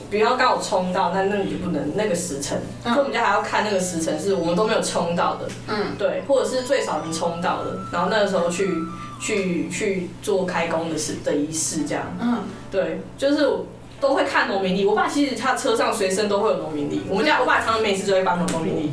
比方刚好冲到，那那你就不能那个时辰，
嗯
所以我们家还要看那个时辰是我们都没有冲到的，
嗯，
对，或者是最少你冲到的，然后那个时候去去去做开工的事的仪式这样，
嗯，
对，就是我都会看农民历。我爸其实他车上随身都会有农民历，我们家我爸常常每次都会翻农民历，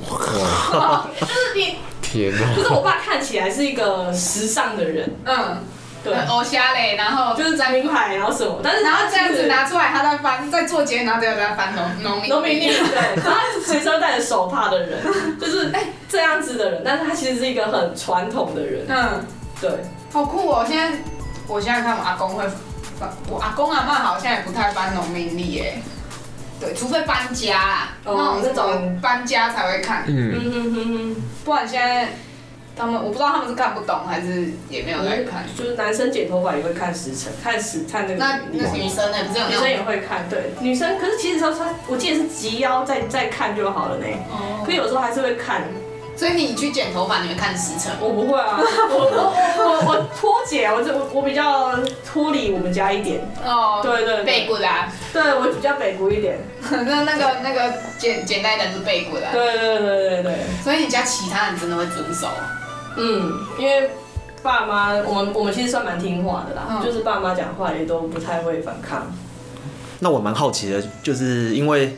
哇，
就是你
天哪！
就是我爸看起来是一个时尚的人，
嗯，
对，
偶虾嘞，然后
就是展品牌然后什么，但
[laughs]
是
然
他
后这样
就是
子拿出来，他在翻，在做结，然后再再翻农农民
农民历，
[laughs]
对，然后 [laughs] 他是随身带着手帕的人，就是哎这样子的人，但是他其实是一个很传统的人， [laughs]
嗯，
对，
好酷哦！现在我现在看我阿公会翻，我阿公阿妈好像也不太翻农民历耶，对，除非搬家啦，
哦
那种搬家才会看，
嗯，
嗯哼哼哼。
不然现在他们我不知道他们是看不懂还是也没有
嗯
在看。
就是男生剪头发也会看时辰，看时看那个
那
农历
那女生呢？不是有那
女生
种
也会看，对，女生可是其实她她，我记得是及腰再再看就好了呢。
哦
可有时候还是会看，
所
哦
以你去剪头发，你会看时辰？
我不会啊， [laughs] 我我我我我脱节，我这我我比较脱离我们家一点，
哦，
对对
背
对，
过啦，
对我比较北国一点，
那那个那个简简单一点是背过啦。
对对对对对，
所以你家其他人真的会遵守？
嗯，因为爸妈，我们我们其实算蛮听话的啦，
嗯
就是爸妈讲话也都不太会反抗，
那我蛮好奇的，就是因为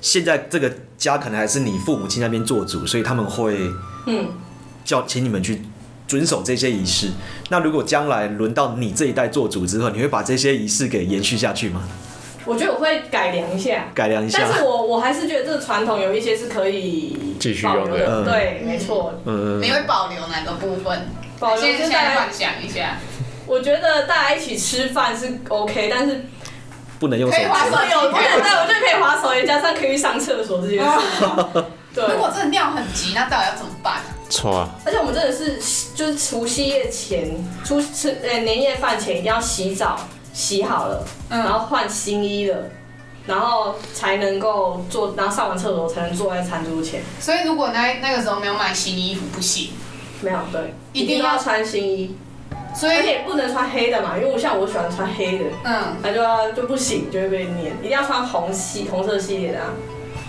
现在这个家可能还是你父母亲那边做主，所以他们会
嗯。
叫请你们去遵守这些仪式。那如果将来轮到你这一代做主之后，你会把这些仪式给延续下去吗？
我觉得我会改良一下，
改良一下
但。是我我还是觉得这个传统有一些是可以
继续
保
用
留
的
嗯
的，对，没错，
嗯
你，会保留哪个部分？
保留
现在
现
现在
在
幻想一下， [laughs]
我觉得大家一起吃饭是 OK，但是
不能用手
可以哦划
机。
手
有
机
对，我就可以划手机，加上可以上厕所这件事。对，
如果真的尿很急，那到底要怎么办？
错啊，
而且我们真的是就是除夕夜前，除吃呃年夜饭前一定要洗澡，洗好了，然
嗯，
后换新衣了。然后才能够坐，然后上完厕所才能坐在餐桌前。
所以如果那那个时候没有买新衣服不行，
没有，对，
一定要
要穿新衣，
所以
而且不能穿黑的嘛，因为我像我喜欢穿黑的，
嗯
那就要就不行，就会被念。一定要穿红系红色系列的啊。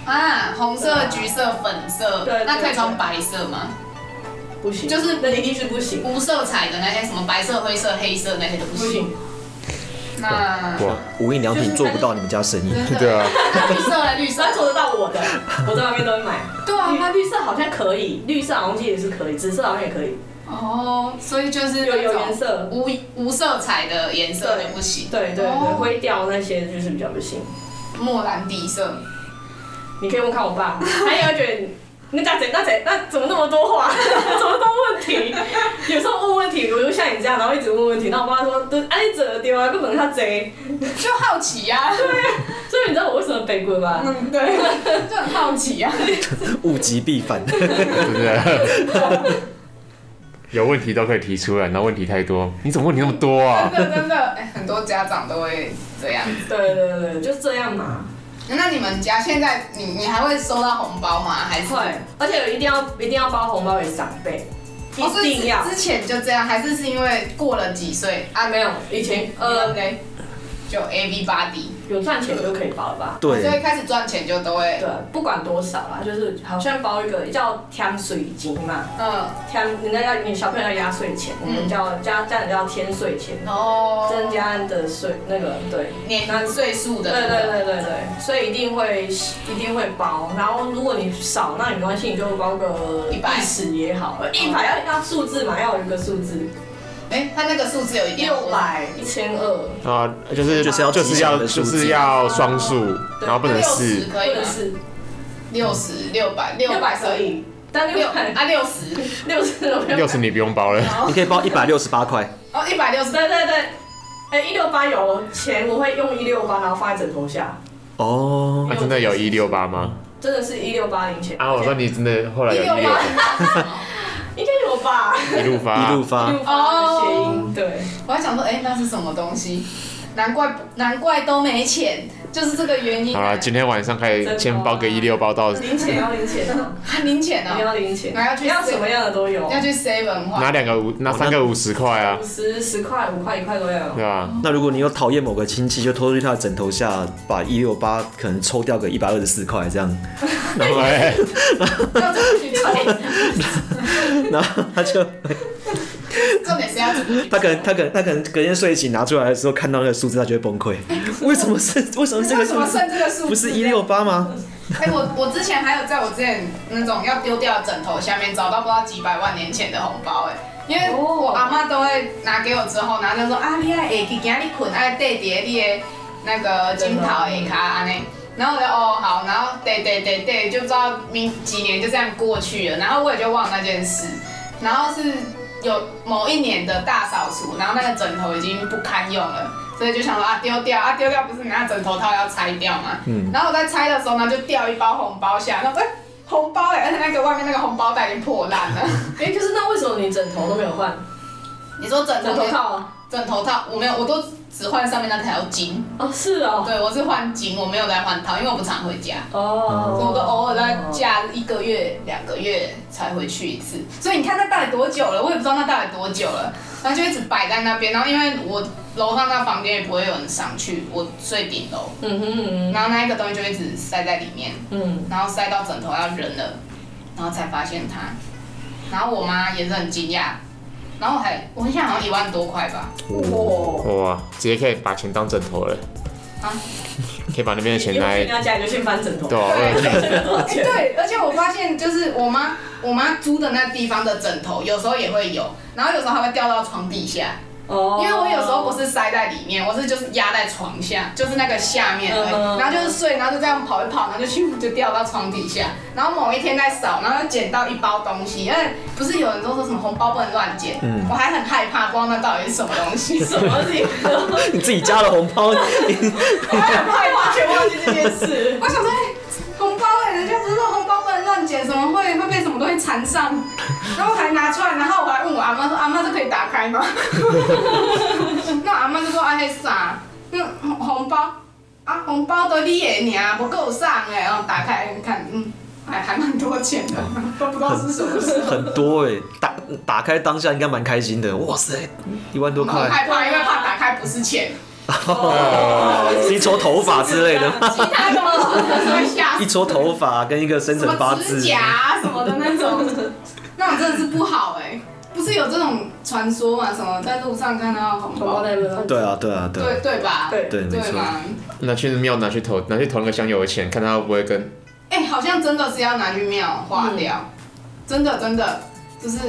啊，红
对
色、
啊
橘色、粉色
对，对
那可以穿白色吗？
不行，
就是
那一定是不行，
无色彩的那些什么白色、灰色、黑色那些都不
不行
行。。那
哇，
无印良品做不到你们家生意。
真
对
的， [laughs]
啊，
那绿色嘞，绿
[laughs] 只要
色，
做得到我的，我在外面都会买。
对啊
绿，它绿色好像可以，绿色好像也是可以，紫色好像也可以，
哦，所以就是
有
那
有颜
种
色。
无无色彩的颜色就不行，
对对对，
哦
灰调那些就是比较不行。
莫兰迪色。
你可以问看我爸，他也会觉得那大姐那姐那怎么那么多话， [laughs] 怎么多问题？有时候问问题，我就像你这样，然后一直问问题。那我爸说，对，哎、你怎么丢啊？根本他贼。
就好奇呀、啊，
所以你知道我为什么被归吗？
嗯，对，就很好奇 [laughs] 呀、啊。
[laughs] 物极必反。
真的。有问题都可以提出来，然后问题太多，你怎么问题那么多啊？
真的真的、哎很多家长都会这样。
对对对，就这样嘛。
那你们家现在，你你还会收到红包吗？还是
会，而且一定要一定要包红包给长辈，
哦是
一定要。
之前就这样，还是是因为过了几岁啊？
啊，没有，以前
呃，
呃
对，就 A V 八 D，
有赚钱就可以包了吧？
所以
对，
开始赚钱就都会，
对，不管多少啦，就是好像包一个叫添水金嘛，
嗯，
添人家要你小朋友要压岁钱，我们叫家家长叫添岁钱，
哦，
增加你的税那个对。
年岁数的，
对对，对对对，所以一定会一定会包，然后如果你少，那没关系，你就包个
100
十也好，一百要要数字嘛，要有一个数字，
哎，他那个数字有一定
六，百一千二，
啊，就是
就是要
就
吉
是
祥
要
的
就
数字
是要双数，
对
然后不能
六
是
十，可以
或
吗
者？是
六十六百六
六百
百
可以，但
六
六
啊六十，
六十六
六十你不用包了。
然后
你可以包一百六十八块。
哦一百六十，
对对对，哎一六八有钱我会用一六八，然后放在枕头下，
哦，
[laughs] 啊，真的有一六八吗？
真的是一六八零钱，
啊，我说你真的后来有一
六
六
八。
应该有吧？
一路发，
一路发。
哦，谐音对，
我还想说，哎、那是什么东西？难怪不难怪都没钱，就是这个原因、
好
啊
了，。今天晚上可以先包个一六包到，
零钱要零钱哦，
还零钱
你
哦、
要零钱，
然后要去
要什么样的都有，
要去 seven 花
拿。两个五，拿三个五十块啊
五，十、十块、五块、一块都要有
对。吧？
那如果你有讨厌某个亲戚，就偷去他的枕头下，把一六八可能抽掉个一百二十四块这样，
然后哎，
要怎么去 [laughs] 抽？
然后他就
重点是要怎么去抽
他可能他可能他可能隔天睡醒拿出来的时候看到那个数字，他就会崩
[laughs]
溃。为什么是为什么是这个
为什
数
么
字？
剩这个数字？
不是一六八吗？
哎、我我之前还有在我之前那种要丢掉的枕头下面找到不知道几百万年前的红包、哎。因为我阿妈都会拿给我之后，然后就说啊，你爱会去今你困，爱缀伫你的那个枕头下骹安尼。然后我就哦好，然后对对对对，就不知道明几年就这样过去了，然后我也就忘了那件事。然后是有某一年的大扫除，然后那个枕头已经不堪用了，所以就想说啊丢掉啊丢掉，不是拿枕头套要拆掉吗？然后我在拆的时候呢，就掉一包红包下，然后哎、红包哎、而且那个外面那个红包袋已经破烂了。
哎，可是那为什么你枕头都没有换？
[laughs] 你说枕
枕
头
头
套，
套啊？
枕头套我没有，我都只换上面那条巾。
哦，是哦，
对，我是换巾，我没有在换套，因为我不常回家。
哦，
所以我都偶尔在假一个月、两个月才回去一次，所以你看那到底多久了？我也不知道那到底多久了，然后就一直摆在那边。然后因为我楼上那房间也不会有人上去，我睡顶楼，
嗯哼嗯哼
然后那一个东西就一直塞在里面，
嗯，
然后塞到枕头要扔了，然后才发现它。然后我妈也是很惊讶，然后还我印象好像一万多块吧，
哇，
哇，直接可以把钱当枕头了，
啊，
可以把那边的钱
一
拿
回
来
人，家家里就先翻枕头，哦
对
[laughs]
啊，我有
这个多少
哎、
钱？
对，而且我发现就是我妈，我妈租的那地方的枕头有时候也会有，然后有时候还会掉到床底下，
哦，
因为我有时候不是塞在里面，我是就是压在床下，就是那个下面而已，
嗯
然后就是睡，然后就这样跑一跑，然后就咻就掉到床底下，然后某一天在扫，然后就捡到一包东西，因为不是有人都说什么红包不能乱捡，我还很害怕，不知道那到底是什么东
[laughs]
西，
什么东西？ [laughs]
你自己加了红包， [laughs]
我很害怕，
完全忘记这件事。
我想说，哎红包哎、人家不是说红包不能乱捡，怎么会会被什么东西缠上？ [laughs] 然后我还拿出来，然后我还问我阿妈说，阿妈这可以打开吗？ [laughs] 那我阿妈就说，哎、那啥，那红包啊，红包都你的尔，不够上哎、然后打开看，嗯，还还蛮多钱的，都不知道是什么事。
很多哎、打打开当下应该蛮开心的，哇塞，一万多
我很 [laughs]
块，
害怕，因为怕打开不是钱，
是一撮头发哦之类的吗，
其他的 [laughs] 我会吓死
[laughs] 一。撮头发跟一个生
什
辰八
么
字
指，甲
[laughs]
啊什么的那种，那种真的是不好哎、不是有这种传说嘛？什么在路上看到红
红包
包，
袋没有换
对啊对啊对啊
对对吧？
对
对没
对
错，
嘛？
拿去庙拿去投拿去投那个香油的钱，看他会不会跟
哎、好像真的是要拿去庙化掉，
嗯
真的真的，就是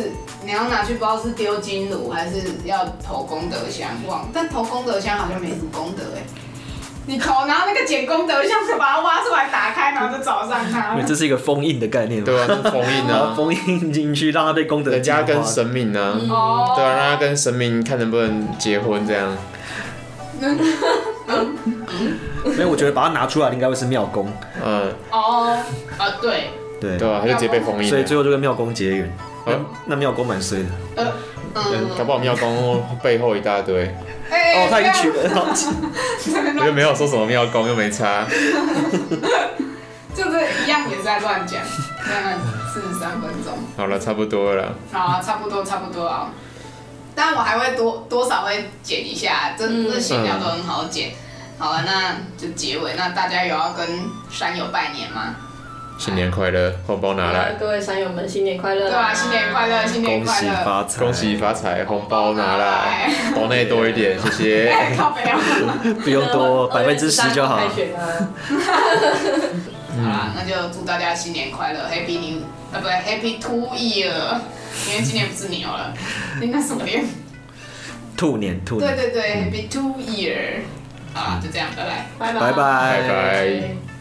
你要拿去，不知道是丢金炉还是要投功德箱，忘了。但投功德箱好像没什么功德哎、你投，然后那个捡功德箱就把它挖出来，打开，然后就找上它
因为。
嗯
这是一个封印的概念嘛，
对啊，是封印
然后
啊，
封印进去，让它被功德
人家
净
跟
化
神明啊，
哦
对啊，让他跟神明看能不能结婚这样。
没有，我觉得把它拿出来应该会是妙公，
嗯，
哦，啊对，
[laughs]
对，
对啊，他就直接被封印
所以最
了。
后就跟妙公结缘。
呃
那那妙公蛮衰的，
呃，嗯。
搞不好庙公背后一大堆，
哎
哦，他已经
不要
娶了，然后 [laughs]
我又没有说什么庙公，又没差。
就是一样也是在乱讲，嗯，四十三分钟，
好了，差不多了啦。
好啊，差不多差不多啊。但我还会多多少会剪一下，这这闲聊都很好剪。好了，那就结尾。那大家有要跟山友拜年吗？
新年快乐，红包拿来，
各位山友们，新年快乐！
对啊，新年快乐，新年
恭
快
喜
乐，
发财，
恭喜发财，红包拿来，国内多一点，谢
[laughs]
谢。
哎，靠北啊！
不用
[laughs]
多，
二
百
月
分之十就好
13。开学啦，
好
嗯
啦，那就祝大家新年快乐，Happy New，啊不，Happy Two Year，因为今年不是牛
[laughs]
了，应该什么年？
兔年，兔
对
年，
对对，Happy Two Year。好啦，就这样，拜拜。
拜拜
拜
拜
拜
拜。
拜